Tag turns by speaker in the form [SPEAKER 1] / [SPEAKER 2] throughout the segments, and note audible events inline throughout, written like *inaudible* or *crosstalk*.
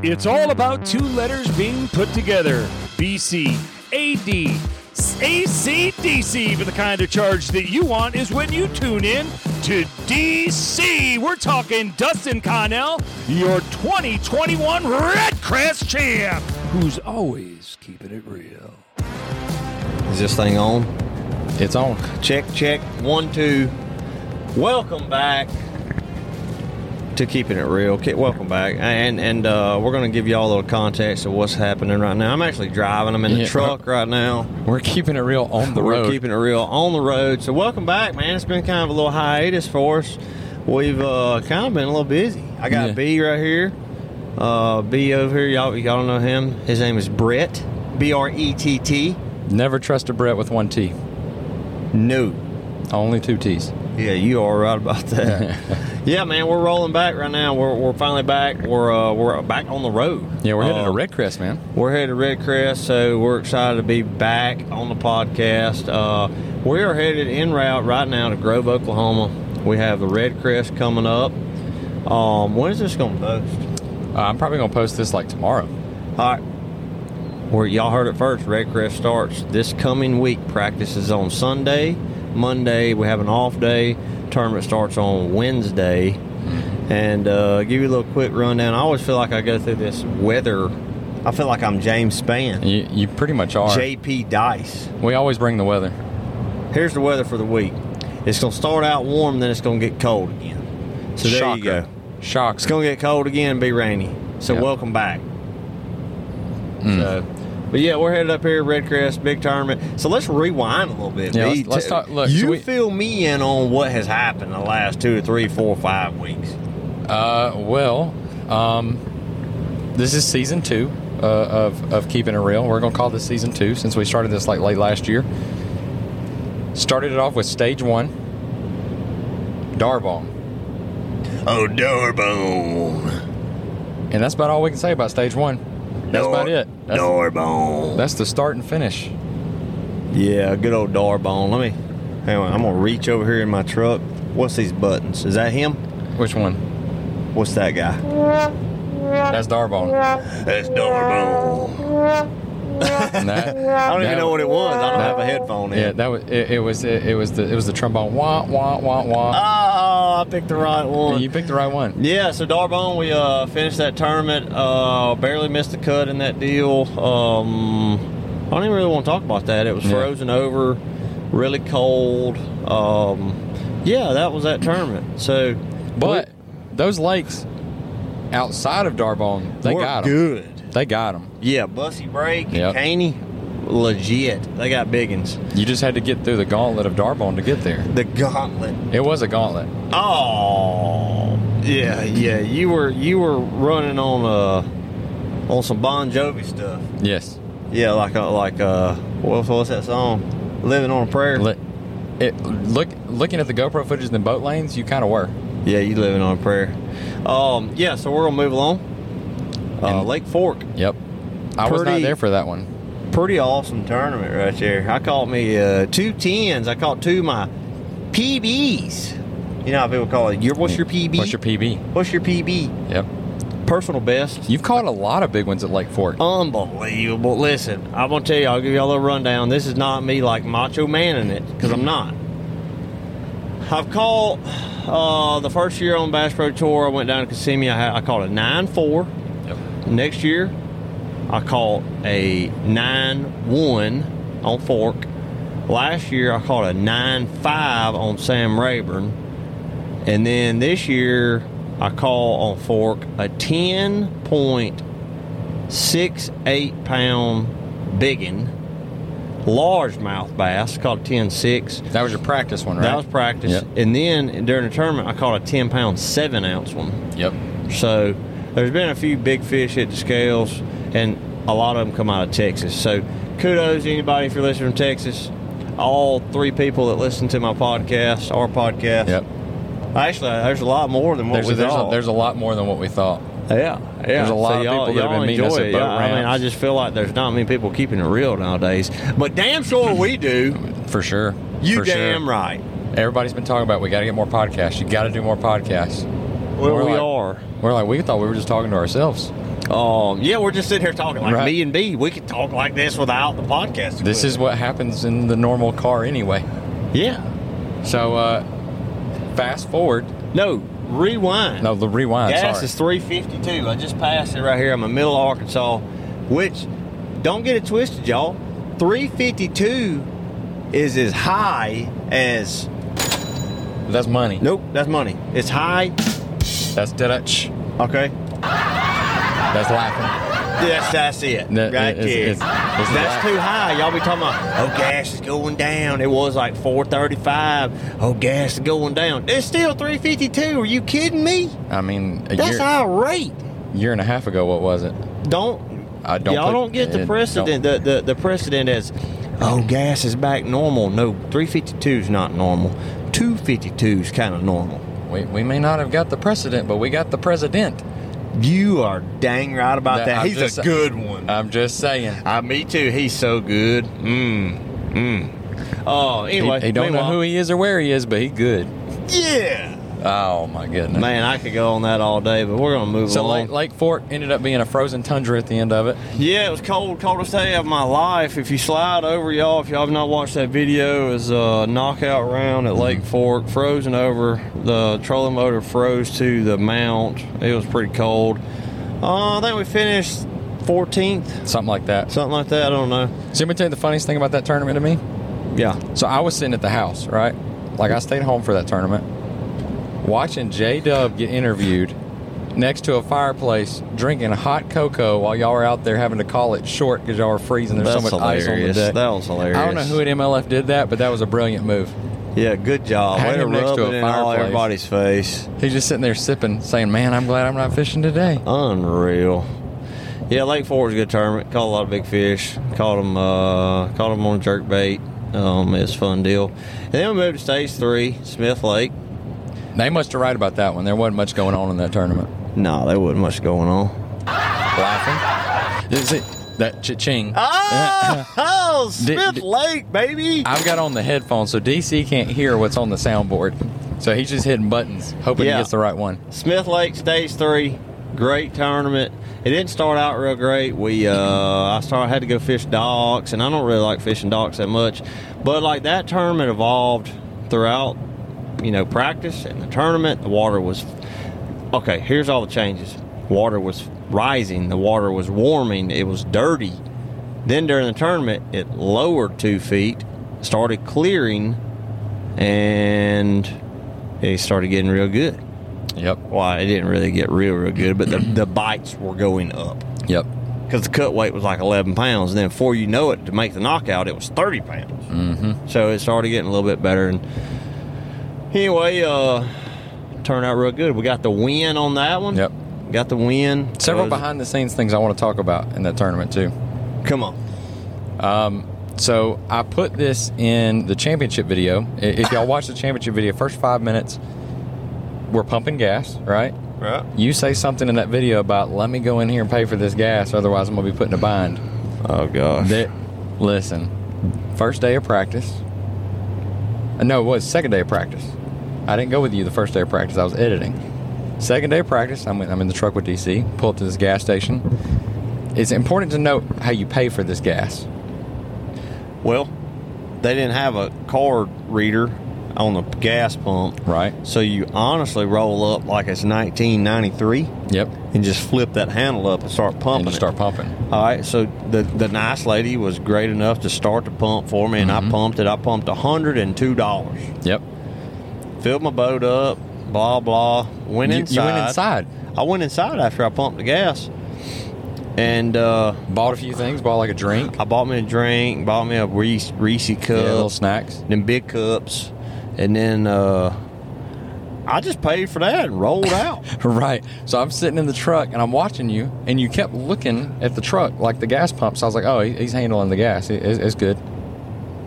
[SPEAKER 1] It's all about two letters being put together BC, AD, ACDC. But the kind of charge that you want is when you tune in to DC. We're talking Dustin Connell, your 2021 Red Crest champ, who's always keeping it real.
[SPEAKER 2] Is this thing on?
[SPEAKER 3] It's on.
[SPEAKER 2] Check, check. One, two. Welcome back to keeping it real. Ki- Welcome back, and and uh, we're gonna give you all a little context of what's happening right now. I'm actually driving. I'm in the
[SPEAKER 3] Yeah.
[SPEAKER 2] truck right now.
[SPEAKER 3] We're keeping it real on the
[SPEAKER 2] We're
[SPEAKER 3] road.
[SPEAKER 2] keeping it real on the road. So welcome back, man. It's been kind of a little hiatus for us. We've uh, kind of been a little busy. I got
[SPEAKER 3] Yeah.
[SPEAKER 2] B right here. Uh, B over here. Y'all, y'all know him. His name is Brett. B R E T T.
[SPEAKER 3] Never trust a Brett with one T.
[SPEAKER 2] No.
[SPEAKER 3] Only two T's.
[SPEAKER 2] Yeah, you are right
[SPEAKER 3] *laughs*
[SPEAKER 2] about that. yeah, man, we're rolling back right now. We're, we're finally back. We're uh, we're back on the road.
[SPEAKER 3] Yeah, we're headed to
[SPEAKER 2] Uh,
[SPEAKER 3] Red Crest, man.
[SPEAKER 2] We're headed to Red Crest, so we're excited to be back on the podcast. Uh, we are headed en route right now to Grove, Oklahoma. We have the Red Crest coming up. Um, when is this going to post?
[SPEAKER 3] Uh, I'm probably gonna post this like tomorrow.
[SPEAKER 2] All right. Where y'all heard it first, Red Crest starts this coming week. Practice is on Sunday. Monday, we have an off day. Tournament starts on Wednesday. And uh, give you a little quick rundown. I always feel like I go through this weather. I feel like I'm James Spann,
[SPEAKER 3] You, you pretty much are.
[SPEAKER 2] JP Dice.
[SPEAKER 3] We always bring the weather.
[SPEAKER 2] Here's the weather for the week it's going to start out warm, then it's going to get cold again. So there
[SPEAKER 3] Shocker.
[SPEAKER 2] you go.
[SPEAKER 3] Shocks.
[SPEAKER 2] It's going to get cold again and be rainy. So
[SPEAKER 3] Yeah. Hmm.
[SPEAKER 2] welcome back. So, but yeah, we're headed up here, Red Crest, big tournament. So let's rewind a little bit.
[SPEAKER 3] Yeah,
[SPEAKER 2] B.
[SPEAKER 3] let's- let's talk- look,
[SPEAKER 2] you
[SPEAKER 3] so we-
[SPEAKER 2] fill me in on what has happened the last two, three, four, five weeks.
[SPEAKER 3] Uh, well, um, this is season two uh, of of keeping it real. We're gonna call this season two since we started this like late last year. Started it off with stage one, Darbong,
[SPEAKER 2] Oh, Dorbone.
[SPEAKER 3] and that's about all we can say about stage one. That's about it. That's,
[SPEAKER 2] Dorbone.
[SPEAKER 3] that's the start and finish.
[SPEAKER 2] Yeah, good old Dorbone. Let me, hang on, I'm going to reach over here in my truck. What's these buttons? Is that him?
[SPEAKER 3] Which one?
[SPEAKER 2] What's that guy?
[SPEAKER 3] That's Darbone.
[SPEAKER 2] That's Dorbone.
[SPEAKER 3] And
[SPEAKER 2] *laughs*
[SPEAKER 3] that-
[SPEAKER 2] I don't
[SPEAKER 3] that-
[SPEAKER 2] even know what it was. I don't
[SPEAKER 3] that-
[SPEAKER 2] have a headphone in.
[SPEAKER 3] Yeah, that was it, it. Was it, it was the it was the trombone. Wah wah wah wah.
[SPEAKER 2] Oh, I picked the right one.
[SPEAKER 3] you picked the right one.
[SPEAKER 2] Yeah, so Darbon, we uh, finished that tournament. Uh, barely missed the cut in that deal. Um, I don't even really want to talk about that. It was
[SPEAKER 3] Yeah.
[SPEAKER 2] frozen over, really cold. Um, yeah, that was that tournament. So,
[SPEAKER 3] But those lakes outside of Darbon,
[SPEAKER 2] we-
[SPEAKER 3] they
[SPEAKER 2] we're
[SPEAKER 3] got them.
[SPEAKER 2] good.
[SPEAKER 3] They got them.
[SPEAKER 2] Yeah, Bussy Break,
[SPEAKER 3] Yep.
[SPEAKER 2] Caney, legit. They got biggins.
[SPEAKER 3] You just had to get through the gauntlet of Darbon to get there.
[SPEAKER 2] The gauntlet.
[SPEAKER 3] It was a gauntlet.
[SPEAKER 2] Oh, yeah, yeah. You were you were running on uh on some Bon Jovi stuff.
[SPEAKER 3] Yes.
[SPEAKER 2] Yeah, like uh, like uh, what was that song? Living on a prayer.
[SPEAKER 3] Li- It, look, looking at the GoPro footage in the boat lanes, you kind of were.
[SPEAKER 2] yeah, you living on a prayer. Um, yeah, so we're gonna move along. Uh,
[SPEAKER 3] And-
[SPEAKER 2] Lake Fork,
[SPEAKER 3] Yep. I was not
[SPEAKER 2] Pretty-
[SPEAKER 3] there for that one.
[SPEAKER 2] pretty awesome tournament right there. I caught me uh, two tens. I caught two of my PBs. You know how people call it. Your what's your PB?
[SPEAKER 3] What's your PB?
[SPEAKER 2] What's your PB?
[SPEAKER 3] Yep.
[SPEAKER 2] Personal best.
[SPEAKER 3] You've caught a lot of big ones at Lake
[SPEAKER 2] Um,
[SPEAKER 3] Fork.
[SPEAKER 2] Unbelievable. Listen, I'm going to tell you, I'll give you all a little rundown. This is not me like macho man in it, because I'm not. I've caught uh, the first year on Bass Pro Tour, I went down to Kissimmee. I, had, I caught a 9 4.
[SPEAKER 3] Yep.
[SPEAKER 2] Next year, I caught a 9 1 on Fork. Last year, I caught a 9 5 on Sam Rayburn. And then this year, I call on Fork a 10.68 pound biggin, largemouth bass called 10.6.
[SPEAKER 3] That was your practice one, right?
[SPEAKER 2] That was practice.
[SPEAKER 3] Yep.
[SPEAKER 2] And then during the tournament, I caught a 10 pound, 7 ounce one.
[SPEAKER 3] Yep.
[SPEAKER 2] So there's been a few big fish at the scales, and a lot of them come out of Texas. So kudos to anybody if you're listening from Texas. All three people that listen to my podcast, our podcast.
[SPEAKER 3] Yep.
[SPEAKER 2] Actually, there's a lot more than what
[SPEAKER 3] There's
[SPEAKER 2] we
[SPEAKER 3] a, there's, a,
[SPEAKER 2] thought.
[SPEAKER 3] there's a lot more than what we thought.
[SPEAKER 2] yeah, yeah.
[SPEAKER 3] there's a lot of
[SPEAKER 2] y'all-
[SPEAKER 3] people that have
[SPEAKER 2] y'all
[SPEAKER 3] been meeting us
[SPEAKER 2] enjoy
[SPEAKER 3] at
[SPEAKER 2] it.
[SPEAKER 3] boat
[SPEAKER 2] Yeah, I mean, I
[SPEAKER 3] ramps.
[SPEAKER 2] just feel like there's not many people keeping it real nowadays. But damn sure we
[SPEAKER 3] *laughs*
[SPEAKER 2] do.
[SPEAKER 3] For sure.
[SPEAKER 2] You
[SPEAKER 3] For sure.
[SPEAKER 2] damn right.
[SPEAKER 3] Everybody's been talking about we got to get more podcasts. You got to do more podcasts.
[SPEAKER 2] Well,
[SPEAKER 3] We're
[SPEAKER 2] we
[SPEAKER 3] like-
[SPEAKER 2] are.
[SPEAKER 3] We're like, we thought we were just talking to ourselves.
[SPEAKER 2] Um, yeah, we're just sitting here talking like
[SPEAKER 3] Right.
[SPEAKER 2] me and B. We could talk like this without the podcast.
[SPEAKER 3] This is what happens in the normal car anyway.
[SPEAKER 2] yeah.
[SPEAKER 3] So, uh, fast forward.
[SPEAKER 2] No, rewind.
[SPEAKER 3] No, the rewind.
[SPEAKER 2] Gas
[SPEAKER 3] sorry.
[SPEAKER 2] is 352. I just passed it right here. I'm in middle of Arkansas, which don't get it twisted, y'all. 352 is as high as
[SPEAKER 3] That's money.
[SPEAKER 2] nope. That's money. It's high.
[SPEAKER 3] That's Dutch.
[SPEAKER 2] Okay.
[SPEAKER 3] That's laughing.
[SPEAKER 2] That's that's it.
[SPEAKER 3] No,
[SPEAKER 2] right
[SPEAKER 3] it's-
[SPEAKER 2] there.
[SPEAKER 3] it's- it's
[SPEAKER 2] that's
[SPEAKER 3] not.
[SPEAKER 2] too high. Y'all be talking about oh gas is going down. It was like 435. Oh gas is going down. It's still 352. Are you kidding me?
[SPEAKER 3] I mean, a
[SPEAKER 2] That's
[SPEAKER 3] year,
[SPEAKER 2] high rate.
[SPEAKER 3] year and a half ago, what was it?
[SPEAKER 2] Don't
[SPEAKER 3] I don't
[SPEAKER 2] y'all
[SPEAKER 3] put-
[SPEAKER 2] don't get
[SPEAKER 3] it-
[SPEAKER 2] the precedent the, the the precedent is oh gas is back normal. No, 352 is not normal. 252 is kind of normal.
[SPEAKER 3] We, we may not have got the precedent, but we got the president.
[SPEAKER 2] You are dang right about
[SPEAKER 3] That-
[SPEAKER 2] that.
[SPEAKER 3] I'm
[SPEAKER 2] He's
[SPEAKER 3] just-
[SPEAKER 2] a good one.
[SPEAKER 3] I'm just saying.
[SPEAKER 2] Uh, me too. He's so good. Mmm. Mmm. Oh,
[SPEAKER 3] Mm, He,
[SPEAKER 2] anyway,
[SPEAKER 3] he don't know
[SPEAKER 2] meanwhile-
[SPEAKER 3] who he is or where he is, but he good.
[SPEAKER 2] Yeah.
[SPEAKER 3] Oh my goodness.
[SPEAKER 2] Man, I could go on that all day, but we're gonna move
[SPEAKER 3] So
[SPEAKER 2] along.
[SPEAKER 3] Lake, Lake Fork ended up being a frozen tundra at the end of it.
[SPEAKER 2] yeah, it was cold, coldest day of my life. If you slide over, y'all, if y'all have not watched that video, is a knockout round at Lake Fork, frozen over. The trolling motor froze to the mount. It was pretty cold. Uh, I think we finished 14th,
[SPEAKER 3] Something like that. So,
[SPEAKER 2] something like that. I don't know.
[SPEAKER 3] so let me tell you the funniest thing about that tournament to me.
[SPEAKER 2] Yeah.
[SPEAKER 3] So I was sitting at the house, right? Like I stayed home for that tournament, watching J Dub get interviewed next to a fireplace, drinking hot cocoa while y'all were out there having to call it short because y'all were freezing. There's so
[SPEAKER 2] That's
[SPEAKER 3] much ice on the
[SPEAKER 2] hilarious.
[SPEAKER 3] deck.
[SPEAKER 2] That was hilarious.
[SPEAKER 3] I don't know who at MLF did that, but that was a brilliant move.
[SPEAKER 2] Yeah, good job.
[SPEAKER 3] Had
[SPEAKER 2] Way to
[SPEAKER 3] him next
[SPEAKER 2] rub
[SPEAKER 3] to a
[SPEAKER 2] it in all
[SPEAKER 3] fireplace.
[SPEAKER 2] everybody's face.
[SPEAKER 3] He's just sitting there sipping, saying, "Man, I'm glad I'm not fishing today."
[SPEAKER 2] Unreal. Yeah, Lake Fork was a good tournament. Caught a lot of big fish. Caught them. Uh, caught them on jerk bait. Um, it was a fun deal. And then we moved to stage three, Smith Lake.
[SPEAKER 3] They must have right about that one. There wasn't much going on in that tournament.
[SPEAKER 2] No, there wasn't much going on.
[SPEAKER 3] Laughing. Is it that cha-ching?
[SPEAKER 2] Oh, *laughs* oh
[SPEAKER 3] Smith Did-
[SPEAKER 2] Lake, baby.
[SPEAKER 3] *laughs* I've got on the headphones, so DC can't hear what's on the soundboard. So he's just hitting buttons, hoping
[SPEAKER 2] Yeah.
[SPEAKER 3] he gets the right one.
[SPEAKER 2] Smith Lake stage three, great tournament. It didn't start out real great. We uh, I started had to go fish docks, and I don't really like fishing docks that much. But like that tournament evolved throughout, you know, practice and the tournament. The water was okay. Here's all the changes. Water was rising. The water was warming. It was dirty. Then during the tournament, it lowered two feet, started clearing, and it started getting real good
[SPEAKER 3] Yep.
[SPEAKER 2] well, it didn't really get real, real good, but the, the bites were going up
[SPEAKER 3] Yep.
[SPEAKER 2] because the cut weight was like 11 pounds. And then before you know it, to make the knockout, it was 30 pounds. Mm-hmm. So it started getting a little bit better. And anyway, uh, turned out real good. We got the win on that one.
[SPEAKER 3] Yep.
[SPEAKER 2] Got the win. So
[SPEAKER 3] Several
[SPEAKER 2] it was-
[SPEAKER 3] behind the scenes things I want to talk about in that tournament too.
[SPEAKER 2] Come on.
[SPEAKER 3] So I put this in the championship video. I- If y'all watch the championship video, first five minutes, we're pumping gas, right?
[SPEAKER 2] Right.
[SPEAKER 3] You say something in that video about let me go in here and pay for this gas, otherwise I'm gonna be put in a bind.
[SPEAKER 2] Oh, gosh.
[SPEAKER 3] That listen, first day of practice. Uh, No, it was second day of practice. I didn't go with you the first day of practice. I was editing. Second day of practice, I'm, in- I'm in the truck with DC. Pull up to this gas station. It's important to note how you pay for this gas.
[SPEAKER 2] well, they didn't have a card reader on the gas pump.
[SPEAKER 3] Right.
[SPEAKER 2] So you honestly roll up like it's 1993.
[SPEAKER 3] Yep.
[SPEAKER 2] and just flip that handle up and start
[SPEAKER 3] And
[SPEAKER 2] pumping.
[SPEAKER 3] just
[SPEAKER 2] it.
[SPEAKER 3] start pumping.
[SPEAKER 2] All right, so the the nice lady was great enough to start the pump for me, and
[SPEAKER 3] Mm-hmm.
[SPEAKER 2] I pumped it. I pumped hundred and two dollars.
[SPEAKER 3] Yep.
[SPEAKER 2] Filled my boat up, blah blah. Went
[SPEAKER 3] You-
[SPEAKER 2] inside.
[SPEAKER 3] You went inside,
[SPEAKER 2] I went inside after I pumped the gas, and uh,
[SPEAKER 3] bought a few things, bought like a drink,
[SPEAKER 2] I bought me a drink, bought me a Reese Reese cup,
[SPEAKER 3] yeah, little snacks. *laughs*
[SPEAKER 2] them big cups, and then uh, I just paid for that and rolled
[SPEAKER 3] *laughs*
[SPEAKER 2] out.
[SPEAKER 3] Right. So I'm sitting in the truck and I'm watching you, and you kept looking at the truck like the gas pump. So I was like, oh, he- he's handling the gas. It- It's it's good.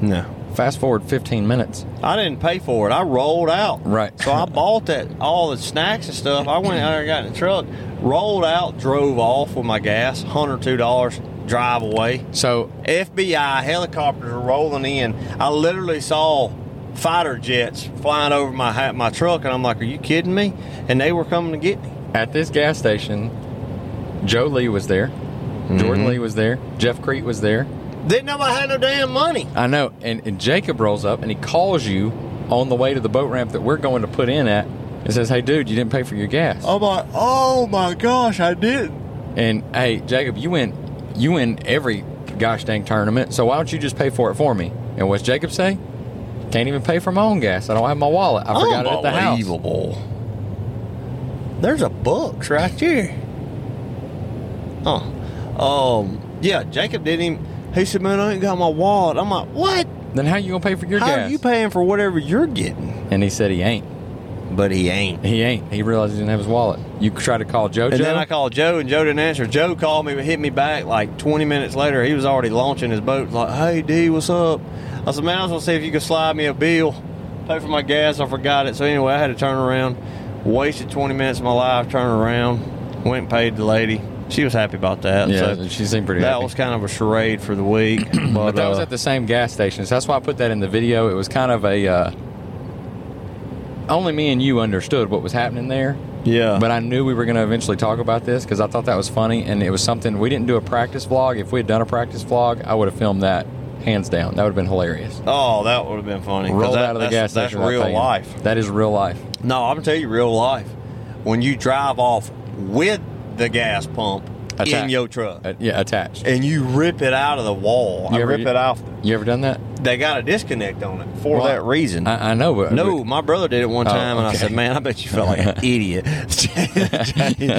[SPEAKER 2] no,
[SPEAKER 3] Fast forward 15 minutes.
[SPEAKER 2] I didn't pay for it. I rolled out.
[SPEAKER 3] Right.
[SPEAKER 2] So I bought that all the snacks and stuff. I went out there, got in the truck, rolled out, drove off with my gas, hundred two dollars, drive away.
[SPEAKER 3] So
[SPEAKER 2] FBI helicopters were rolling in. I literally saw fighter jets flying over my ha- my truck, and I'm like, "Are you kidding me?" And they were coming to get me.
[SPEAKER 3] at this gas station, Joe Lee was there.
[SPEAKER 2] Mm-hmm.
[SPEAKER 3] Jordan Lee was there. Jeff Crete was there.
[SPEAKER 2] Didn't nobody have no damn money.
[SPEAKER 3] I know. And, and Jacob rolls up and he calls you on the way to the boat ramp that we're going to put in at and says, Hey, dude, you didn't pay for your gas.
[SPEAKER 2] I'm like, oh my gosh, I didn't.
[SPEAKER 3] And hey, Jacob, you win, you win every gosh dang tournament. So why don't you just pay for it for me? And what's Jacob say? Can't even pay for my own gas. I don't have my wallet.
[SPEAKER 2] Oh,
[SPEAKER 3] I forgot it at the house.
[SPEAKER 2] Unbelievable. There's a bucks right there. Huh. Um. Yeah, Jacob didn't. Even, he said, "Man, I ain't got my wallet." I'm like, "What?
[SPEAKER 3] Then how you gonna pay for your
[SPEAKER 2] How
[SPEAKER 3] gas?
[SPEAKER 2] are you paying for whatever you're getting?"
[SPEAKER 3] and he said he ain't.
[SPEAKER 2] But he ain't.
[SPEAKER 3] He ain't. He realized he didn't have his wallet. You try to call JoJo.
[SPEAKER 2] And then I called Joe, and Joe didn't answer. Joe called me, but hit me back like 20 minutes later. He was already launching his boat. Like, "Hey, D, what's up?" I said, "Man, I was gonna see if you could slide me a bill, pay for my gas. I forgot it." So anyway, I had to turn around, wasted 20 minutes of my life turning around, went and paid the lady. She was happy about that.
[SPEAKER 3] yeah,
[SPEAKER 2] so
[SPEAKER 3] she seemed pretty.
[SPEAKER 2] that
[SPEAKER 3] happy.
[SPEAKER 2] was kind of a charade for the week. But,
[SPEAKER 3] *clears throat* but that was
[SPEAKER 2] uh,
[SPEAKER 3] at the same gas station. So that's why I put that in the video. It was kind of a. Uh, only me and you understood what was happening there,
[SPEAKER 2] yeah,
[SPEAKER 3] but I knew we were going to eventually talk about this because I thought that was funny, and it was something we didn't do a practice vlog. If we had done a practice vlog, I would have filmed that hands down. That would have been hilarious.
[SPEAKER 2] oh, that would have been funny. 'cause
[SPEAKER 3] Rolled
[SPEAKER 2] that-
[SPEAKER 3] out of the
[SPEAKER 2] that's-
[SPEAKER 3] gas station.
[SPEAKER 2] That's
[SPEAKER 3] without
[SPEAKER 2] real
[SPEAKER 3] paying.
[SPEAKER 2] life.
[SPEAKER 3] That is real life.
[SPEAKER 2] No, I'm gonna tell you real life. When you drive off with the gas pump in
[SPEAKER 3] Attack.
[SPEAKER 2] your truck
[SPEAKER 3] Uh, yeah, attached.
[SPEAKER 2] and you rip it out of the wall,
[SPEAKER 3] You
[SPEAKER 2] I
[SPEAKER 3] ever-
[SPEAKER 2] rip it off.
[SPEAKER 3] You ever done that?
[SPEAKER 2] They got a disconnect on it for
[SPEAKER 3] Well,
[SPEAKER 2] that reason.
[SPEAKER 3] I, I know, but
[SPEAKER 2] no, my brother did it one
[SPEAKER 3] Oh,
[SPEAKER 2] time, and I
[SPEAKER 3] okay.
[SPEAKER 2] said, "Man, I bet you felt like
[SPEAKER 3] *laughs*
[SPEAKER 2] an idiot."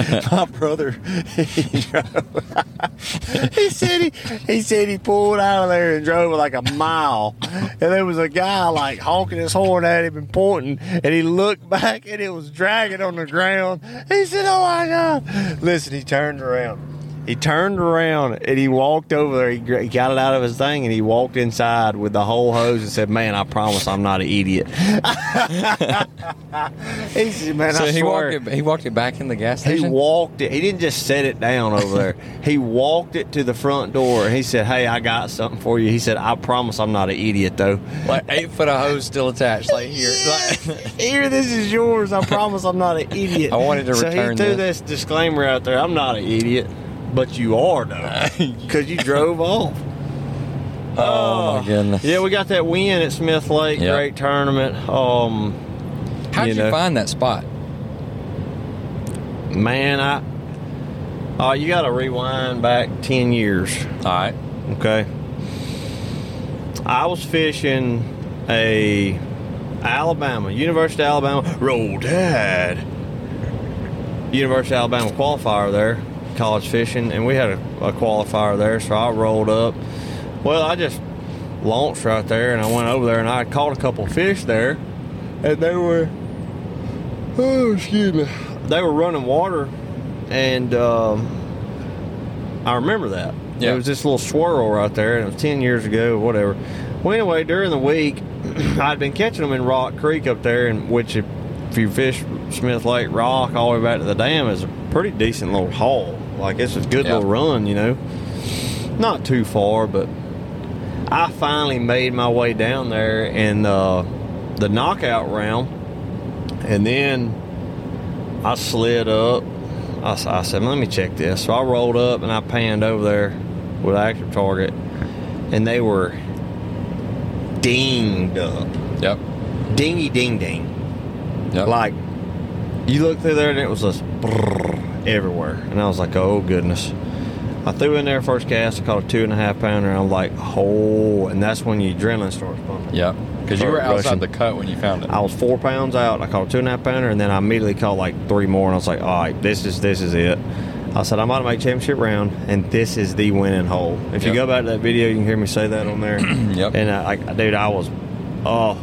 [SPEAKER 2] *laughs* my brother, *laughs* he, drove- he said he, he said he pulled out of there and drove like a mile, and there was a guy like honking his horn at him and pointing, and he looked back and it was dragging on the ground. He said, "Oh my god!" Listen, he turned around. He turned around and he walked over there. He gr- he got it out of his thing and he walked inside with the whole hose and said, "Man, I promise I'm not an idiot." *laughs* he said, "Man,
[SPEAKER 3] So
[SPEAKER 2] I
[SPEAKER 3] he
[SPEAKER 2] swear."
[SPEAKER 3] walked it. He walked it back in the gas
[SPEAKER 2] He
[SPEAKER 3] station.
[SPEAKER 2] walked it. He didn't just set it down over there. *laughs* he walked it to the front door. He said, "Hey, I got something for you." He said, "I promise I'm not an idiot, though."
[SPEAKER 3] like eight foot of hose still attached, like here.
[SPEAKER 2] Yes.
[SPEAKER 3] Like,
[SPEAKER 2] *laughs* Here, this is yours. I promise I'm not an idiot.
[SPEAKER 3] I wanted to
[SPEAKER 2] so
[SPEAKER 3] return
[SPEAKER 2] he threw this. disclaimer out there. I'm not an idiot, but you are
[SPEAKER 3] *laughs*
[SPEAKER 2] though, because you drove off. Uh,
[SPEAKER 3] oh my goodness!
[SPEAKER 2] Yeah, we got that win at Smith Lake.
[SPEAKER 3] Yep.
[SPEAKER 2] Great tournament. Um,
[SPEAKER 3] How
[SPEAKER 2] you
[SPEAKER 3] did you
[SPEAKER 2] know.
[SPEAKER 3] find that spot?
[SPEAKER 2] man, I. Oh, you got to rewind back ten years.
[SPEAKER 3] All right.
[SPEAKER 2] Okay. I was fishing a Alabama, University of Alabama, Roll Tide. University of Alabama qualifier there, college fishing, and we had a, a qualifier there, so I rolled up. Well, I just launched right there and I went over there and I caught a couple fish there. And they were oh excuse me. They were running water and um I remember that.
[SPEAKER 3] Yeah.
[SPEAKER 2] It was this little swirl right there, and it was 10 years ago, whatever. Well, anyway, during the week, *clears throat* I'd been catching them in Rock Creek up there, and which, if, if you fish Smith Lake Rock all the way back to the dam, is a pretty decent little haul. Like, it's a good
[SPEAKER 3] Yeah.
[SPEAKER 2] little run, you know. Not too far, but I finally made my way down there in uh, the knockout round, and then I slid up. I, s- I said, let me check this. So I rolled up and I panned over there with an active target, and they were dinged up.
[SPEAKER 3] Yep.
[SPEAKER 2] Dingy ding ding.
[SPEAKER 3] Yep.
[SPEAKER 2] Like, you look through there and it was just brrr everywhere. And I was like, oh, goodness. I threw in there first cast. I caught a two and a half pounder. And I'm like, oh. And that's when your adrenaline starts pumping.
[SPEAKER 3] Yep. Because you
[SPEAKER 2] Or
[SPEAKER 3] were outside
[SPEAKER 2] Russian.
[SPEAKER 3] the cut when you found it.
[SPEAKER 2] I was four pounds out. I caught a two and a half pounder, and then I immediately caught like three more. And I was like, all right, this is this is it. I said, I'm about to make championship round, and this is the winning hole. If you
[SPEAKER 3] Yep.
[SPEAKER 2] go back to that video, you can hear me say that on there.
[SPEAKER 3] *clears throat* Yep.
[SPEAKER 2] And I, I, dude, I was, oh.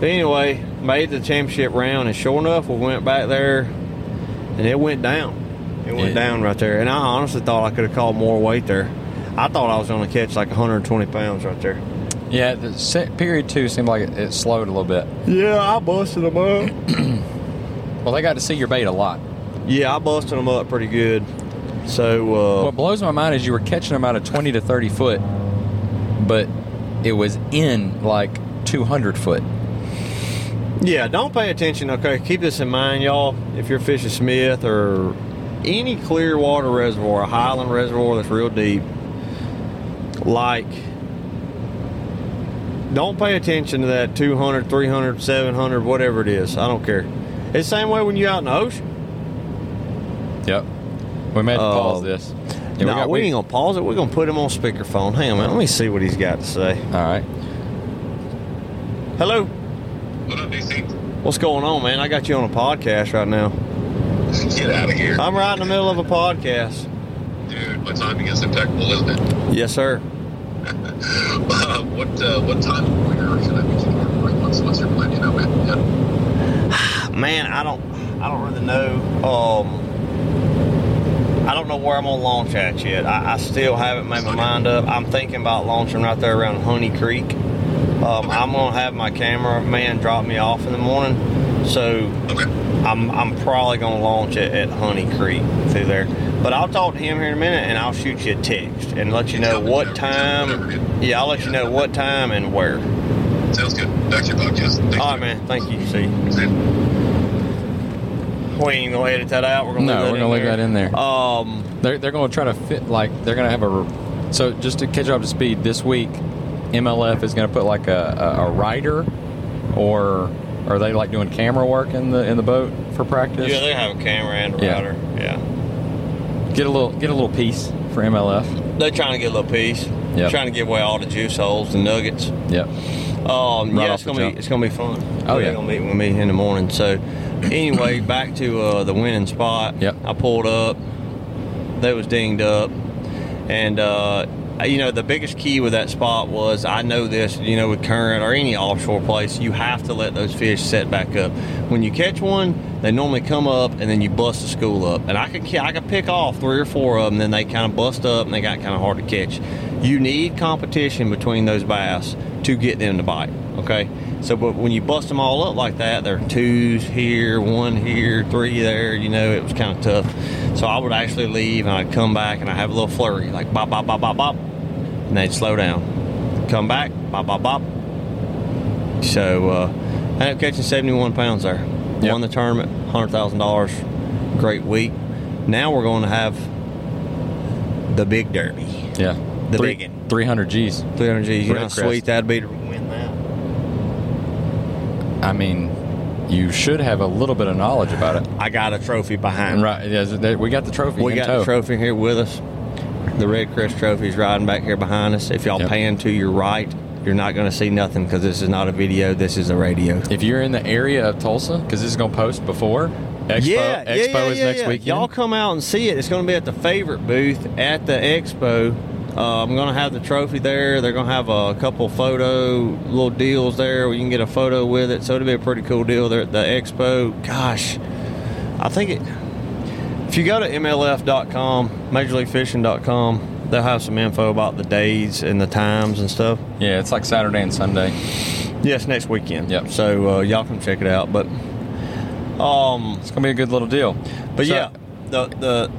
[SPEAKER 2] But anyway, made the championship round, and sure enough, we went back there, and it went down. It went
[SPEAKER 3] Yeah.
[SPEAKER 2] down right there, and I honestly thought I could have caught more weight there. I thought I was going to catch like 120 pounds right there.
[SPEAKER 3] yeah. The se- period two seemed like it, it slowed a little bit.
[SPEAKER 2] Yeah, I busted them up.
[SPEAKER 3] Well, they got to see your bait a lot.
[SPEAKER 2] Yeah, I busted them up pretty good. So uh,
[SPEAKER 3] What blows my mind is you were catching them out of twenty to thirty foot, but it was in like two hundred foot.
[SPEAKER 2] uh, yeah, don't pay attention. Okay, keep this in mind, y'all. If you're fishing Smith or any clear water reservoir, a highland reservoir that's real deep, like don't pay attention to that 200, 300, 700, whatever it is. I don't care. It's the same way when you're out in the ocean.
[SPEAKER 3] Yep. We may have to
[SPEAKER 2] Uh,
[SPEAKER 3] pause this. Yeah,
[SPEAKER 2] nah,
[SPEAKER 3] got-
[SPEAKER 2] we, ain't going to pause it. We're going to put him on speakerphone. Hang on a minute. Let me see what he's got to say.
[SPEAKER 3] All right.
[SPEAKER 2] Hello.
[SPEAKER 4] What up, DC?
[SPEAKER 2] What's going on, man? I got you on a podcast right now.
[SPEAKER 4] Get out of here.
[SPEAKER 2] I'm right in the middle of a podcast.
[SPEAKER 4] Dude, my timing is impeccable, isn't it?
[SPEAKER 2] Yes, sir.
[SPEAKER 4] Uh, what uh, what time of where should I be to work? Like, what's, what's your plan? You know, man? Yeah.
[SPEAKER 2] Man, I don't, I don't really know. Um, I don't know where I'm gonna launch at yet. I, I still haven't made my mind up. I'm thinking about launching right there around Honey Creek. Um, I'm gonna have my cameraman drop me off in the morning, so
[SPEAKER 4] Okay.
[SPEAKER 2] I'm I'm probably gonna launch it at Honey Creek through there. But I'll talk to him here in a minute, and I'll shoot you a text and let you know what time. Yeah, I'll let you know what time and where.
[SPEAKER 4] Sounds good. Back to your podcast. Thanks.
[SPEAKER 2] All right, man. Thank you. See. You.
[SPEAKER 4] See ya.
[SPEAKER 2] We ain't gonna edit that out. We're gonna
[SPEAKER 3] No,
[SPEAKER 2] leave that
[SPEAKER 3] we're gonna leave that in there.
[SPEAKER 2] Um,
[SPEAKER 3] They're, they're going to try to fit like they're going to have a. re- So just to catch you up to speed, this week MLF is going to put like a, a, a rider, or are they like doing camera work in the in the boat for practice?
[SPEAKER 2] yeah, they have a camera and a
[SPEAKER 3] Yeah.
[SPEAKER 2] router. Yeah,
[SPEAKER 3] Get a little get a little piece for MLF.
[SPEAKER 2] they're trying to get a little piece.
[SPEAKER 3] Yeah.
[SPEAKER 2] Trying to give away all the juice holes, the nuggets.
[SPEAKER 3] Yep.
[SPEAKER 2] Um,
[SPEAKER 3] Right
[SPEAKER 2] yeah,
[SPEAKER 3] off
[SPEAKER 2] it's
[SPEAKER 3] the
[SPEAKER 2] gonna be
[SPEAKER 3] jump.
[SPEAKER 2] it's gonna be fun.
[SPEAKER 3] Oh,
[SPEAKER 2] they're
[SPEAKER 3] yeah.
[SPEAKER 2] gonna meet with me in the morning. So, anyway, back to uh, the winning spot.
[SPEAKER 3] Yep.
[SPEAKER 2] I pulled up. They was dinged up, and uh, you know the biggest key with that spot was I know this. You know with current or any offshore place, you have to let those fish set back up. When you catch one, they normally come up and then you bust the school up. And I could ca- I could pick off three or four of them. Then they kind of bust up and they got kind of hard to catch. You need competition between those bass to get them to bite. Okay. So, but when you bust them all up like that, there are twos here, one here, three there. You know, it was kind of tough. So I would actually leave and I'd come back and I have a little flurry, like bop, bop, bop, bop, bop, and they'd slow down, come back, bop, bop, bop. So uh, I ended up catching 71 pounds there.
[SPEAKER 3] Yep.
[SPEAKER 2] Won the tournament, hundred thousand dollars. Great week. Now we're going to have the big derby,
[SPEAKER 3] Yeah.
[SPEAKER 2] The
[SPEAKER 3] Three-
[SPEAKER 2] big
[SPEAKER 3] 300 G's.
[SPEAKER 2] 300 G's. You know how
[SPEAKER 3] Red Crest.
[SPEAKER 2] sweet that'd be to win that.
[SPEAKER 3] I mean, you should have a little bit of knowledge about it.
[SPEAKER 2] I got a trophy behind. me.
[SPEAKER 3] Right. yeah, so they- We got the trophy.
[SPEAKER 2] We
[SPEAKER 3] in
[SPEAKER 2] got
[SPEAKER 3] tow.
[SPEAKER 2] the trophy here with us. The Red Crest trophy's riding back here behind us. If y'all
[SPEAKER 3] Yep.
[SPEAKER 2] pan to your right, you're not going to see nothing because this is not a video. This is a radio.
[SPEAKER 3] If you're in the area of Tulsa, because this is going to post before Expo.
[SPEAKER 2] yeah, yeah,
[SPEAKER 3] Expo
[SPEAKER 2] yeah,
[SPEAKER 3] is
[SPEAKER 2] yeah,
[SPEAKER 3] next
[SPEAKER 2] yeah.
[SPEAKER 3] weekend.
[SPEAKER 2] Y'all come out and see it. It's going to be at the favorite booth at the expo. Uh, I'm going to have the trophy there. They're going to have a couple photo little deals there where you can get a photo with it. So it'll be a pretty cool deal there at the expo. Gosh, I think it. If you go to MLF.com, MajorLeagueFishing.com, they'll have some info about the days and the times and stuff.
[SPEAKER 3] yeah, it's like Saturday and Sunday.
[SPEAKER 2] Yes, next weekend.
[SPEAKER 3] Yep.
[SPEAKER 2] So uh, y'all can check it out. But um,
[SPEAKER 3] It's going to be a good little deal.
[SPEAKER 2] But
[SPEAKER 3] So-
[SPEAKER 2] yeah, the the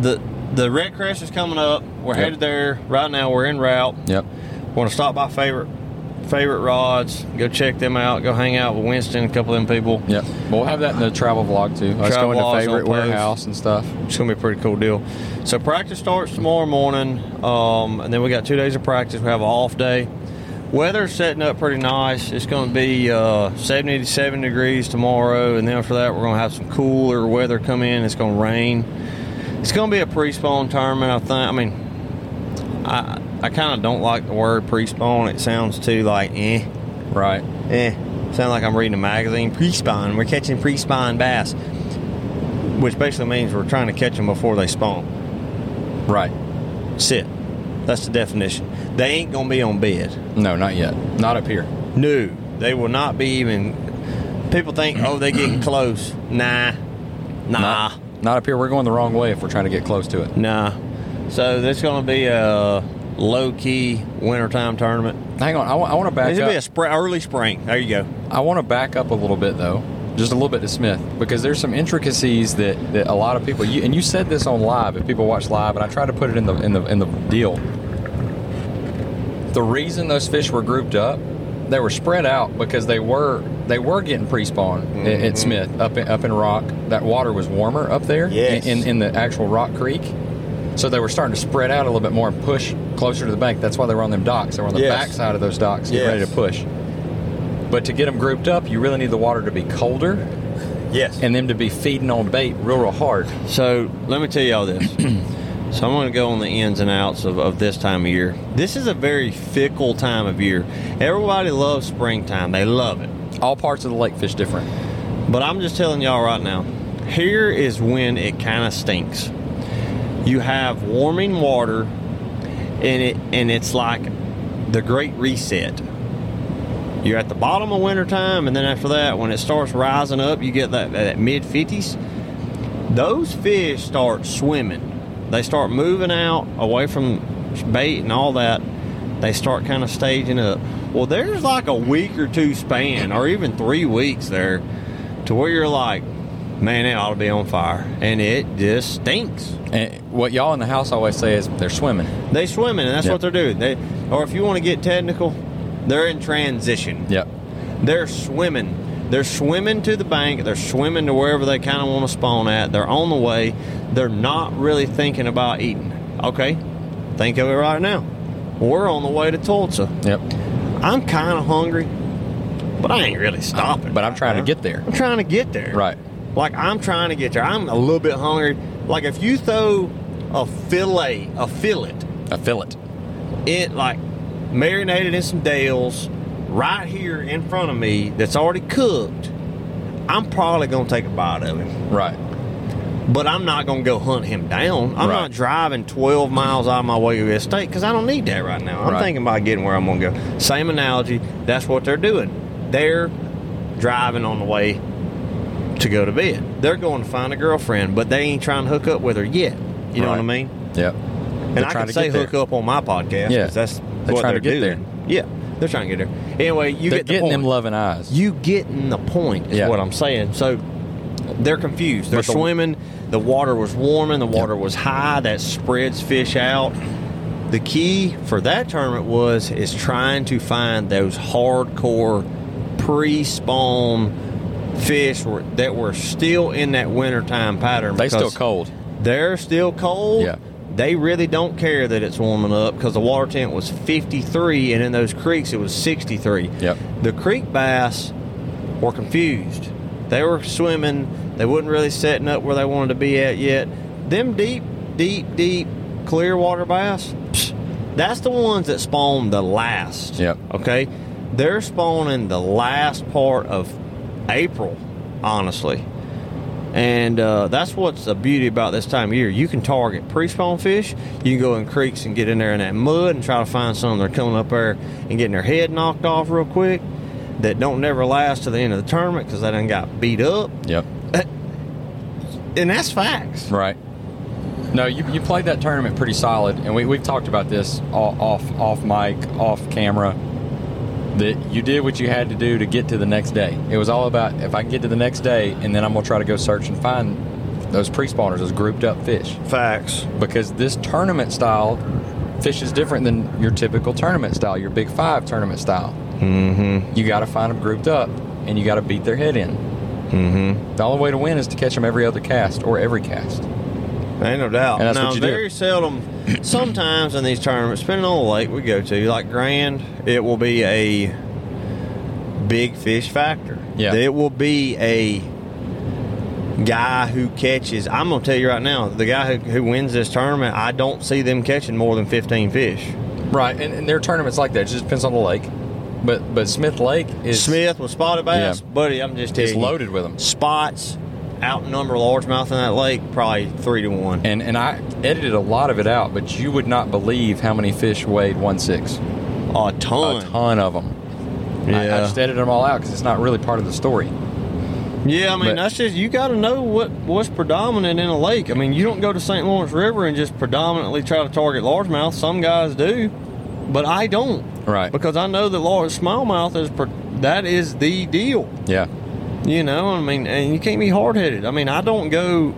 [SPEAKER 2] the the red crash is coming up. We're
[SPEAKER 3] Yep.
[SPEAKER 2] headed there right now. We're en route.
[SPEAKER 3] Yep.
[SPEAKER 2] Want to stop by favorite favorite rods? Go check them out. Go hang out with Winston, a couple of them people.
[SPEAKER 3] Yep. But we'll have that in the travel vlog too. Us
[SPEAKER 2] Travel
[SPEAKER 3] going
[SPEAKER 2] vlogs
[SPEAKER 3] to
[SPEAKER 2] on
[SPEAKER 3] favorite
[SPEAKER 2] post.
[SPEAKER 3] warehouse and stuff.
[SPEAKER 2] It's gonna be a pretty cool deal. So practice starts tomorrow morning, um, and then we got two days of practice. We have an off day. Weather's setting up pretty nice. It's going to be uh, 70 to 7 degrees tomorrow, and then after that, we're going to have some cooler weather come in. It's going to rain. It's going to be a pre-spawn tournament, I think. I mean, I I kind of don't like the word pre-spawn. It sounds too like eh.
[SPEAKER 3] Right.
[SPEAKER 2] Eh, sound like I'm reading a magazine. Pre-spawn. We're catching pre-spawn bass, which basically means we're trying to catch them before they spawn.
[SPEAKER 3] Right.
[SPEAKER 2] Sit. That's the definition. They ain't gonna be on bed.
[SPEAKER 3] No, not yet. Not up here.
[SPEAKER 2] No, they will not be even. People think, oh, they
[SPEAKER 3] *clears throat*
[SPEAKER 2] getting close. Nah, nah,
[SPEAKER 3] Not, not up here. We're going the wrong way if we're trying to get close to it.
[SPEAKER 2] nah. So this gonna be a low-key wintertime tournament.
[SPEAKER 3] Hang on. I want to back
[SPEAKER 2] This will be a
[SPEAKER 3] up.
[SPEAKER 2] spring, early spring. There you go.
[SPEAKER 3] I want to back up a little bit though, just a little bit to Smith, because there's some intricacies that, that a lot of people you, and you said this on live. If people watch live, and I try to put it in the in the in the deal. The reason those fish were grouped up they were spread out because they were they were getting pre-spawn at-
[SPEAKER 2] Mm-hmm.
[SPEAKER 3] at Smith up in, up in Rock. That water was warmer up there
[SPEAKER 2] Yes.
[SPEAKER 3] in, in the actual Rock Creek. So they were starting to spread out a little bit more and push closer to the bank. That's why they were on them docks. They were on the
[SPEAKER 2] Yes.
[SPEAKER 3] back side of those docks, getting
[SPEAKER 2] Yes.
[SPEAKER 3] ready to push. But to get them grouped up, you really need the water to be colder
[SPEAKER 2] Yes.
[SPEAKER 3] and them to be feeding on bait real, real hard.
[SPEAKER 2] So let me tell y'all this. *clears throat* so I'm going to go on the ins and outs of, of this time of year. This is a very fickle time of year. Everybody loves springtime, they love it.
[SPEAKER 3] All parts of the lake fish different.
[SPEAKER 2] But I'm just telling y'all right now, here is when it kind of stinks. You have warming water, and it and it's like the Great Reset. You're at the bottom of wintertime, and then after that, when it starts rising up, you get that, that mid 50s. Those fish start swimming. They start moving out away from bait and all that. They start kind of staging up. Well, there's like a week or two span, or even three weeks there, to where you're like, man, it ought to be on fire. And it just stinks.
[SPEAKER 3] And what y'all in the house always say is they're swimming.
[SPEAKER 2] They swimming, and that's
[SPEAKER 3] Yep.
[SPEAKER 2] what they're doing. They, or if you want to get technical, they're in transition.
[SPEAKER 3] Yep.
[SPEAKER 2] They're swimming. They're swimming to the bank. They're swimming to wherever they kind of want to spawn at. They're on the way. They're not really thinking about eating. Okay, think of it right now. We're on the way to Tulsa.
[SPEAKER 3] Yep.
[SPEAKER 2] I'm kind of hungry, but I ain't really stopping.
[SPEAKER 3] But I'm trying to get there.
[SPEAKER 2] I'm trying to get there.
[SPEAKER 3] Right.
[SPEAKER 2] Like I'm trying to get there. I'm a little bit hungry. Like if you throw a fillet, a fillet,
[SPEAKER 3] I feel it.
[SPEAKER 2] it like marinated in some dales right here in front of me that's already cooked, I'm probably gonna take a bite of him.
[SPEAKER 3] Right.
[SPEAKER 2] But I'm not gonna go hunt him down. I'm
[SPEAKER 3] Right.
[SPEAKER 2] not driving 12 miles out of my way to get a steak because I don't need that right now. I'm
[SPEAKER 3] Right.
[SPEAKER 2] thinking about getting where I'm gonna go. Same analogy. That's what they're doing. They're driving on the way to go to bed. They're going to find a girlfriend, but they ain't trying to hook up with her yet. You know what I
[SPEAKER 3] Right.
[SPEAKER 2] mean?
[SPEAKER 3] Yep.
[SPEAKER 2] And I
[SPEAKER 3] trying
[SPEAKER 2] can
[SPEAKER 3] to
[SPEAKER 2] say
[SPEAKER 3] get there.
[SPEAKER 2] hook up on my podcast.
[SPEAKER 3] Yeah.
[SPEAKER 2] Yeah, that's
[SPEAKER 3] They're
[SPEAKER 2] what
[SPEAKER 3] trying to
[SPEAKER 2] they're
[SPEAKER 3] get there.
[SPEAKER 2] doing. Yeah, they're trying to get there. Anyway, you
[SPEAKER 3] They're
[SPEAKER 2] get the
[SPEAKER 3] getting
[SPEAKER 2] point.
[SPEAKER 3] them loving eyes.
[SPEAKER 2] you getting the point is
[SPEAKER 3] Yeah.
[SPEAKER 2] what I'm saying. So they're confused. They're
[SPEAKER 3] But the-
[SPEAKER 2] swimming. The water was warming. The water was high. That spreads fish out. The key for that tournament was is trying to find those hardcore pre-spawn fish were, that were still in that wintertime pattern.
[SPEAKER 3] they still
[SPEAKER 2] because-
[SPEAKER 3] cold.
[SPEAKER 2] they're still cold.
[SPEAKER 3] Yeah.
[SPEAKER 2] They really don't care that it's warming up because the water temp was 53, and in those creeks it was 63.
[SPEAKER 3] Yep.
[SPEAKER 2] The creek bass were confused. They were swimming. They wasn't really setting up where they wanted to be at yet. Them deep, deep, deep clear water bass. Psh, that's the ones that spawn the last.
[SPEAKER 3] Yep.
[SPEAKER 2] Okay. They're spawning the last part of April, honestly. And uh, that's what's the beauty about this time of year. You can target pre-spawn fish. You can go in creeks and get in there in that mud and try to find some that are coming up there and getting their head knocked off real quick that don't never last to the end of the tournament because they done got beat up.
[SPEAKER 3] Yep.
[SPEAKER 2] And that's facts.
[SPEAKER 3] Right. No, you, you played that tournament pretty solid, and we, we've talked about this all, off off mic, off camera. That you did what you had to do to get to the next day. It was all about if I can get to the next day, and then I'm gonna try to go search and find those pre-spawners, those grouped up fish,
[SPEAKER 2] Facts.
[SPEAKER 3] because this tournament style fish is different than your typical tournament style, your Big Five tournament style.
[SPEAKER 2] Mm-hmm.
[SPEAKER 3] You got to find them grouped up, and you got to beat their head in.
[SPEAKER 2] Mm-hmm.
[SPEAKER 3] The only way to win is to catch them every other cast or every cast.
[SPEAKER 2] Ain't no doubt.
[SPEAKER 3] And that's
[SPEAKER 2] now,
[SPEAKER 3] what you do.
[SPEAKER 2] very seldom, *clears throat* sometimes in these tournaments, depending on the lake we go to, like Grand, it will be a big fish factor.
[SPEAKER 3] Yeah.
[SPEAKER 2] It will be a guy who catches. I'm going to tell you right now, the guy who, who wins this tournament, I don't see them catching more than 15 fish.
[SPEAKER 3] Right, and, and there are tournaments like that. It just depends on the lake. But but Smith Lake is
[SPEAKER 2] Smith with spotted bass,
[SPEAKER 3] Yeah.
[SPEAKER 2] buddy, I'm just telling
[SPEAKER 3] is
[SPEAKER 2] you.
[SPEAKER 3] loaded with them.
[SPEAKER 2] Spots outnumber largemouth in that lake probably three to one.
[SPEAKER 3] And and I edited a lot of it out, but you would not believe how many fish weighed one six.
[SPEAKER 2] A ton.
[SPEAKER 3] A ton of them. I, I
[SPEAKER 2] Yeah.
[SPEAKER 3] just edited them all out because it's not really part of the story.
[SPEAKER 2] Yeah, I mean
[SPEAKER 3] But-
[SPEAKER 2] that's just you got to know what what's predominant in a lake. I mean, you don't go to St. Lawrence River and just predominantly try to target largemouth. Some guys do, but I don't
[SPEAKER 3] Right.
[SPEAKER 2] because I know that large smallmouth is pre- that is the deal.
[SPEAKER 3] Yeah.
[SPEAKER 2] You know, I mean, and you can't be hard headed. I mean, I don't go.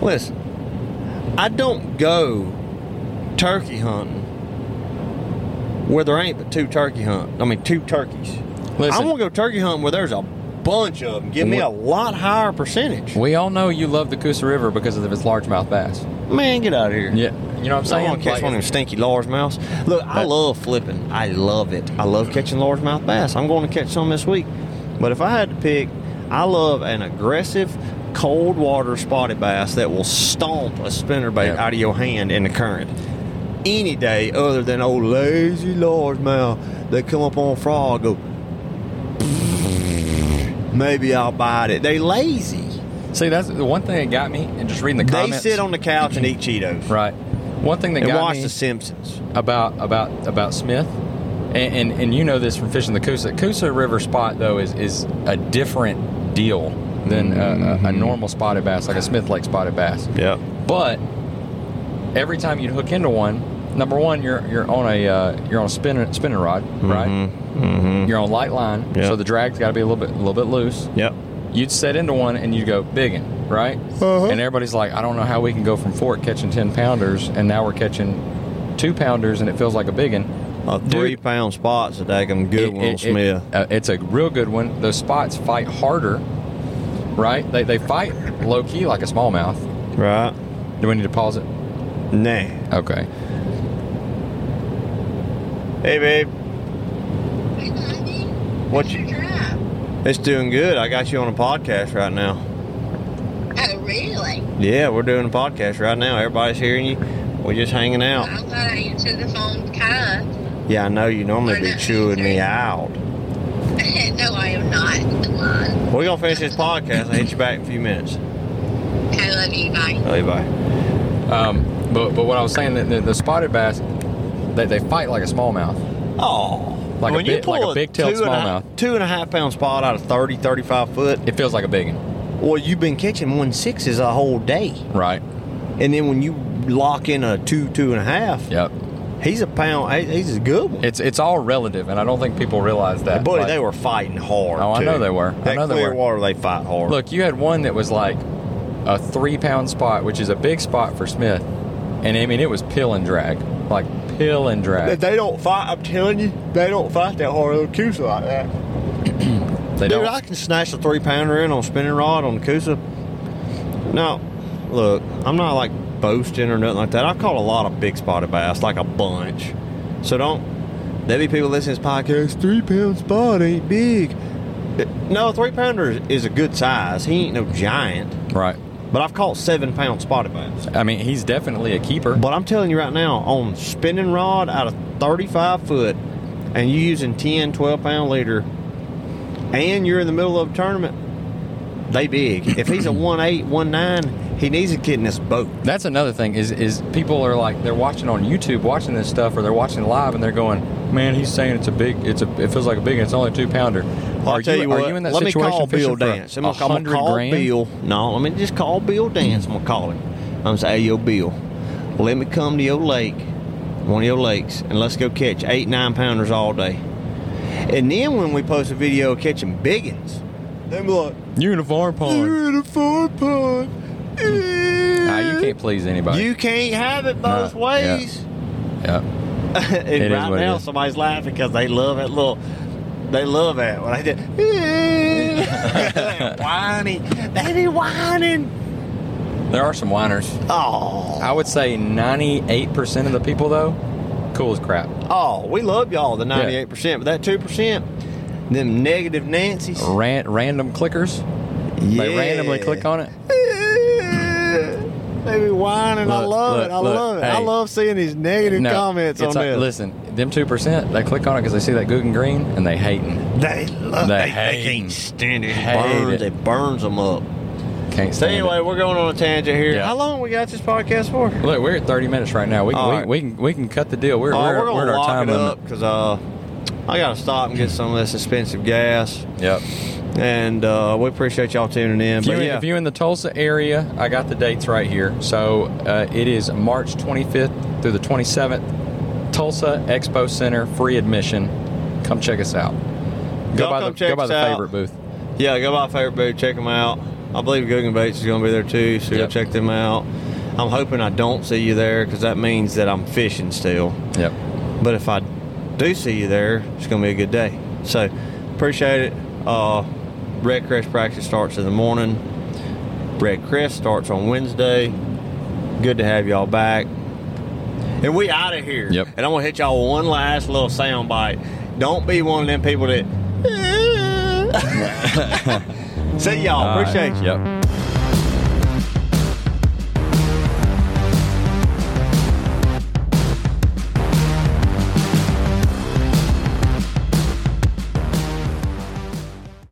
[SPEAKER 2] *sighs* Listen, I don't go turkey hunting where there ain't but two turkey hunt. I mean, two turkeys.
[SPEAKER 3] Listen.
[SPEAKER 2] I want to go turkey hunting where there's a bunch of them. Give me a lot higher percentage.
[SPEAKER 3] We all know you love the Coosa River because of its largemouth bass.
[SPEAKER 2] Man, get out of here.
[SPEAKER 3] Yeah, you know what I'm
[SPEAKER 2] I
[SPEAKER 3] saying.
[SPEAKER 2] want to catch
[SPEAKER 3] Like,
[SPEAKER 2] one of them stinky largemouths. Look, I
[SPEAKER 3] That-
[SPEAKER 2] love flipping. I love it. I love catching largemouth bass. I'm going to catch some this week. But if I had to pick, I love an aggressive, cold water spotted bass that will stomp a spinnerbait
[SPEAKER 3] Yeah.
[SPEAKER 2] out of your hand in the current. Any day other than old lazy largemouth that come up on frog go, *laughs* maybe I'll bite it. They lazy.
[SPEAKER 3] See, that's the one thing that got me, and just reading the
[SPEAKER 2] They
[SPEAKER 3] comments.
[SPEAKER 2] sit on the couch and eat Cheetos
[SPEAKER 3] right. One thing that
[SPEAKER 2] and
[SPEAKER 3] got
[SPEAKER 2] watch
[SPEAKER 3] me
[SPEAKER 2] The Simpsons.
[SPEAKER 3] about about about Smith, and, and and you know this from fishing the Coosa. Coosa River spot though is is a different deal than a, a, a normal spotted bass, like a Smith Lake spotted bass.
[SPEAKER 2] Yeah.
[SPEAKER 3] But every time you hook into one, number one, you're you're on a uh, you're on a spinning spinning rod, right? You're on light line,
[SPEAKER 2] Yeah.
[SPEAKER 3] so the drag's got to be a little bit a little bit loose.
[SPEAKER 2] Yep.
[SPEAKER 3] You'd set into one and you'd go bigging, right?
[SPEAKER 2] Uh-huh.
[SPEAKER 3] And everybody's like, I don't know how we can go from fork catching ten pounders and now we're catching two pounders and it feels like a biggin.
[SPEAKER 2] A Uh, three pound spot's a daggum good
[SPEAKER 3] It-
[SPEAKER 2] one,
[SPEAKER 3] it-
[SPEAKER 2] on
[SPEAKER 3] it-
[SPEAKER 2] Smith.
[SPEAKER 3] uh, it's a real good one. Those spots fight harder, right? They they fight low key like a smallmouth.
[SPEAKER 2] right?
[SPEAKER 3] Do we need to pause it?
[SPEAKER 2] Nah.
[SPEAKER 3] Okay.
[SPEAKER 2] Hey, babe.
[SPEAKER 5] Hey, Daddy.
[SPEAKER 2] What
[SPEAKER 5] What's
[SPEAKER 2] you-
[SPEAKER 5] your draft?
[SPEAKER 2] It's doing good. I got you on a podcast right now.
[SPEAKER 5] Oh, really?
[SPEAKER 2] Yeah, we're doing a podcast right now. Everybody's hearing you. We're just hanging out.
[SPEAKER 5] I thought I answered the phone kind.
[SPEAKER 2] Yeah, I know you normally be chewing me out.
[SPEAKER 5] *laughs* no, I am not. Come on.
[SPEAKER 2] We're going to finish this podcast. I'll hit you back in a few minutes.
[SPEAKER 5] I love you. Bye.
[SPEAKER 2] Love you, bye.
[SPEAKER 3] Um, but but what I was saying that the, the spotted bass, they, they fight like a smallmouth.
[SPEAKER 2] Oh.
[SPEAKER 3] Like a
[SPEAKER 2] when you
[SPEAKER 3] big- like
[SPEAKER 2] pull
[SPEAKER 3] a big-tailed
[SPEAKER 2] two and a half-
[SPEAKER 3] smallmouth.
[SPEAKER 2] Two and a half pound spot out of 30, 35 foot.
[SPEAKER 3] It feels like a big one,
[SPEAKER 2] Well, you've been catching one sixes a whole day.
[SPEAKER 3] right?
[SPEAKER 2] And then when you lock in a two, two and a half,
[SPEAKER 3] Yep.
[SPEAKER 2] he's a pound. he- He's a good one.
[SPEAKER 3] It's it's all relative, and I don't think people realize that.
[SPEAKER 2] Buddy,
[SPEAKER 3] Like,
[SPEAKER 2] they were fighting hard.
[SPEAKER 3] Oh, I
[SPEAKER 2] too.
[SPEAKER 3] know they were. I
[SPEAKER 2] That
[SPEAKER 3] know they
[SPEAKER 2] clear
[SPEAKER 3] were.
[SPEAKER 2] water, they fight hard.
[SPEAKER 3] Look, you had one that was like a three pound spot, which is a big spot for Smith, and I mean it was pill and drag, like pill and drag.
[SPEAKER 2] they don't fight, I'm telling you, they don't fight that hard on Coosa like that.
[SPEAKER 3] They
[SPEAKER 2] Dude,
[SPEAKER 3] don't.
[SPEAKER 2] I can snatch a three pounder in on spinning rod on Coosa. Now, look, I'm not like boasting or nothing like that. I caught a lot of big spotted bass, like a bunch. So don't. There be people listening to this podcast. Three pound spot ain't big. No, three pounder is- is a good size. He ain't no giant.
[SPEAKER 3] *laughs* right.
[SPEAKER 2] But I've caught seven pound spotted bass.
[SPEAKER 3] I mean, he's definitely a keeper.
[SPEAKER 2] But I'm telling you right now, on spinning rod out of 35 foot, and you using 10, 12 pound leader, and you're in the middle of a tournament, they big. If he's a 1.8, 1.9, he needs to get in this boat.
[SPEAKER 3] That's another thing is is people are like they're watching on YouTube, watching this stuff, or they're watching live, and they're going, "Man, he's saying it's a big, it's a, it feels like a big, and it's only a two pounder."
[SPEAKER 2] I'll
[SPEAKER 3] are
[SPEAKER 2] tell you,
[SPEAKER 3] are
[SPEAKER 2] what,
[SPEAKER 3] you in that
[SPEAKER 2] let me
[SPEAKER 3] situation
[SPEAKER 2] call Bill
[SPEAKER 3] fishing for
[SPEAKER 2] Dance. I'm
[SPEAKER 3] a
[SPEAKER 2] gonna, I'm gonna
[SPEAKER 3] hundred
[SPEAKER 2] call
[SPEAKER 3] grand?
[SPEAKER 2] Bill. No, let me just call Bill Dance. I'm gonna call him. I'm gonna say, hey, yo, Bill, let me come to your lake, one of your lakes, and let's go catch eight, nine pounders all day. And then when we post a video of catching biggins, they be like,
[SPEAKER 3] You're in a farm pond.
[SPEAKER 2] in a four punt.
[SPEAKER 3] Nah, you can't please anybody.
[SPEAKER 2] You can't have it both
[SPEAKER 3] No, yeah.
[SPEAKER 2] ways. *laughs*
[SPEAKER 3] yeah.
[SPEAKER 2] and
[SPEAKER 3] is
[SPEAKER 2] right
[SPEAKER 3] what it
[SPEAKER 2] now,
[SPEAKER 3] is.
[SPEAKER 2] somebody's laughing because they love that little. They love that when I *laughs*
[SPEAKER 3] *laughs*
[SPEAKER 2] did. That whiny, they be whining.
[SPEAKER 3] There are some whiners.
[SPEAKER 2] Oh,
[SPEAKER 3] I would say 98% of the people though, cool as crap.
[SPEAKER 2] oh, we love y'all the ninety-eight percent, but that two percent, them negative Nancys.
[SPEAKER 3] Ran, random clickers. They randomly click on it.
[SPEAKER 2] They be whining. I
[SPEAKER 3] Look,
[SPEAKER 2] love
[SPEAKER 3] look,
[SPEAKER 2] it. I
[SPEAKER 3] look,
[SPEAKER 2] love it. I
[SPEAKER 3] hey.
[SPEAKER 2] love seeing these negative
[SPEAKER 3] No,
[SPEAKER 2] comments on
[SPEAKER 3] it's like-
[SPEAKER 2] this.
[SPEAKER 3] Listen, them two percent, they click on it because they see that good and green and they hating.
[SPEAKER 2] They love
[SPEAKER 3] They
[SPEAKER 2] they, they
[SPEAKER 3] hate
[SPEAKER 2] can't
[SPEAKER 3] it.
[SPEAKER 2] stand it. It
[SPEAKER 3] Hate
[SPEAKER 2] burns,
[SPEAKER 3] it.
[SPEAKER 2] it burns them up.
[SPEAKER 3] Can't
[SPEAKER 2] So
[SPEAKER 3] stand
[SPEAKER 2] anyway, we're going on a tangent here.
[SPEAKER 3] Yeah.
[SPEAKER 2] How long we got this podcast for?
[SPEAKER 3] it. Look, we're at 30 minutes right now. We can,
[SPEAKER 2] All
[SPEAKER 3] we,
[SPEAKER 2] right.
[SPEAKER 3] we can we can cut the deal. We're,
[SPEAKER 2] Uh,
[SPEAKER 3] we're,
[SPEAKER 2] we're
[SPEAKER 3] we're
[SPEAKER 2] gonna
[SPEAKER 3] at our
[SPEAKER 2] lock
[SPEAKER 3] time
[SPEAKER 2] it
[SPEAKER 3] limit.
[SPEAKER 2] up because uh, I gotta stop and get some of this expensive gas.
[SPEAKER 3] Yep.
[SPEAKER 2] And uh, we appreciate y'all tuning in.
[SPEAKER 3] If you,
[SPEAKER 2] But
[SPEAKER 3] in-
[SPEAKER 2] yeah,
[SPEAKER 3] if you in the Tulsa area, I got the dates right here. So uh, it is March 25th through the 27th, Tulsa Expo Center, free admission. Come check us out. Go
[SPEAKER 2] Y'all
[SPEAKER 3] by the
[SPEAKER 2] come check
[SPEAKER 3] go by
[SPEAKER 2] us
[SPEAKER 3] the
[SPEAKER 2] out.
[SPEAKER 3] favorite booth.
[SPEAKER 2] yeah, go by favorite booth, check them out. I believe Guggen Bates is gonna be there too, so
[SPEAKER 3] Yep.
[SPEAKER 2] go check them out. I'm hoping I don't see you there because that means that I'm fishing still.
[SPEAKER 3] Yep.
[SPEAKER 2] But if I do see you there, it's going to be a good day. So appreciate it. Uh, Red Crest practice starts in the morning. Red Crest starts on Wednesday. Good to have y'all back. And we out of here.
[SPEAKER 3] Yep.
[SPEAKER 2] And I'm gonna hit y'all with one last little sound bite. Don't be *laughs* one of them people that. See y'all.
[SPEAKER 3] All right.
[SPEAKER 2] Appreciate you.
[SPEAKER 3] Yep.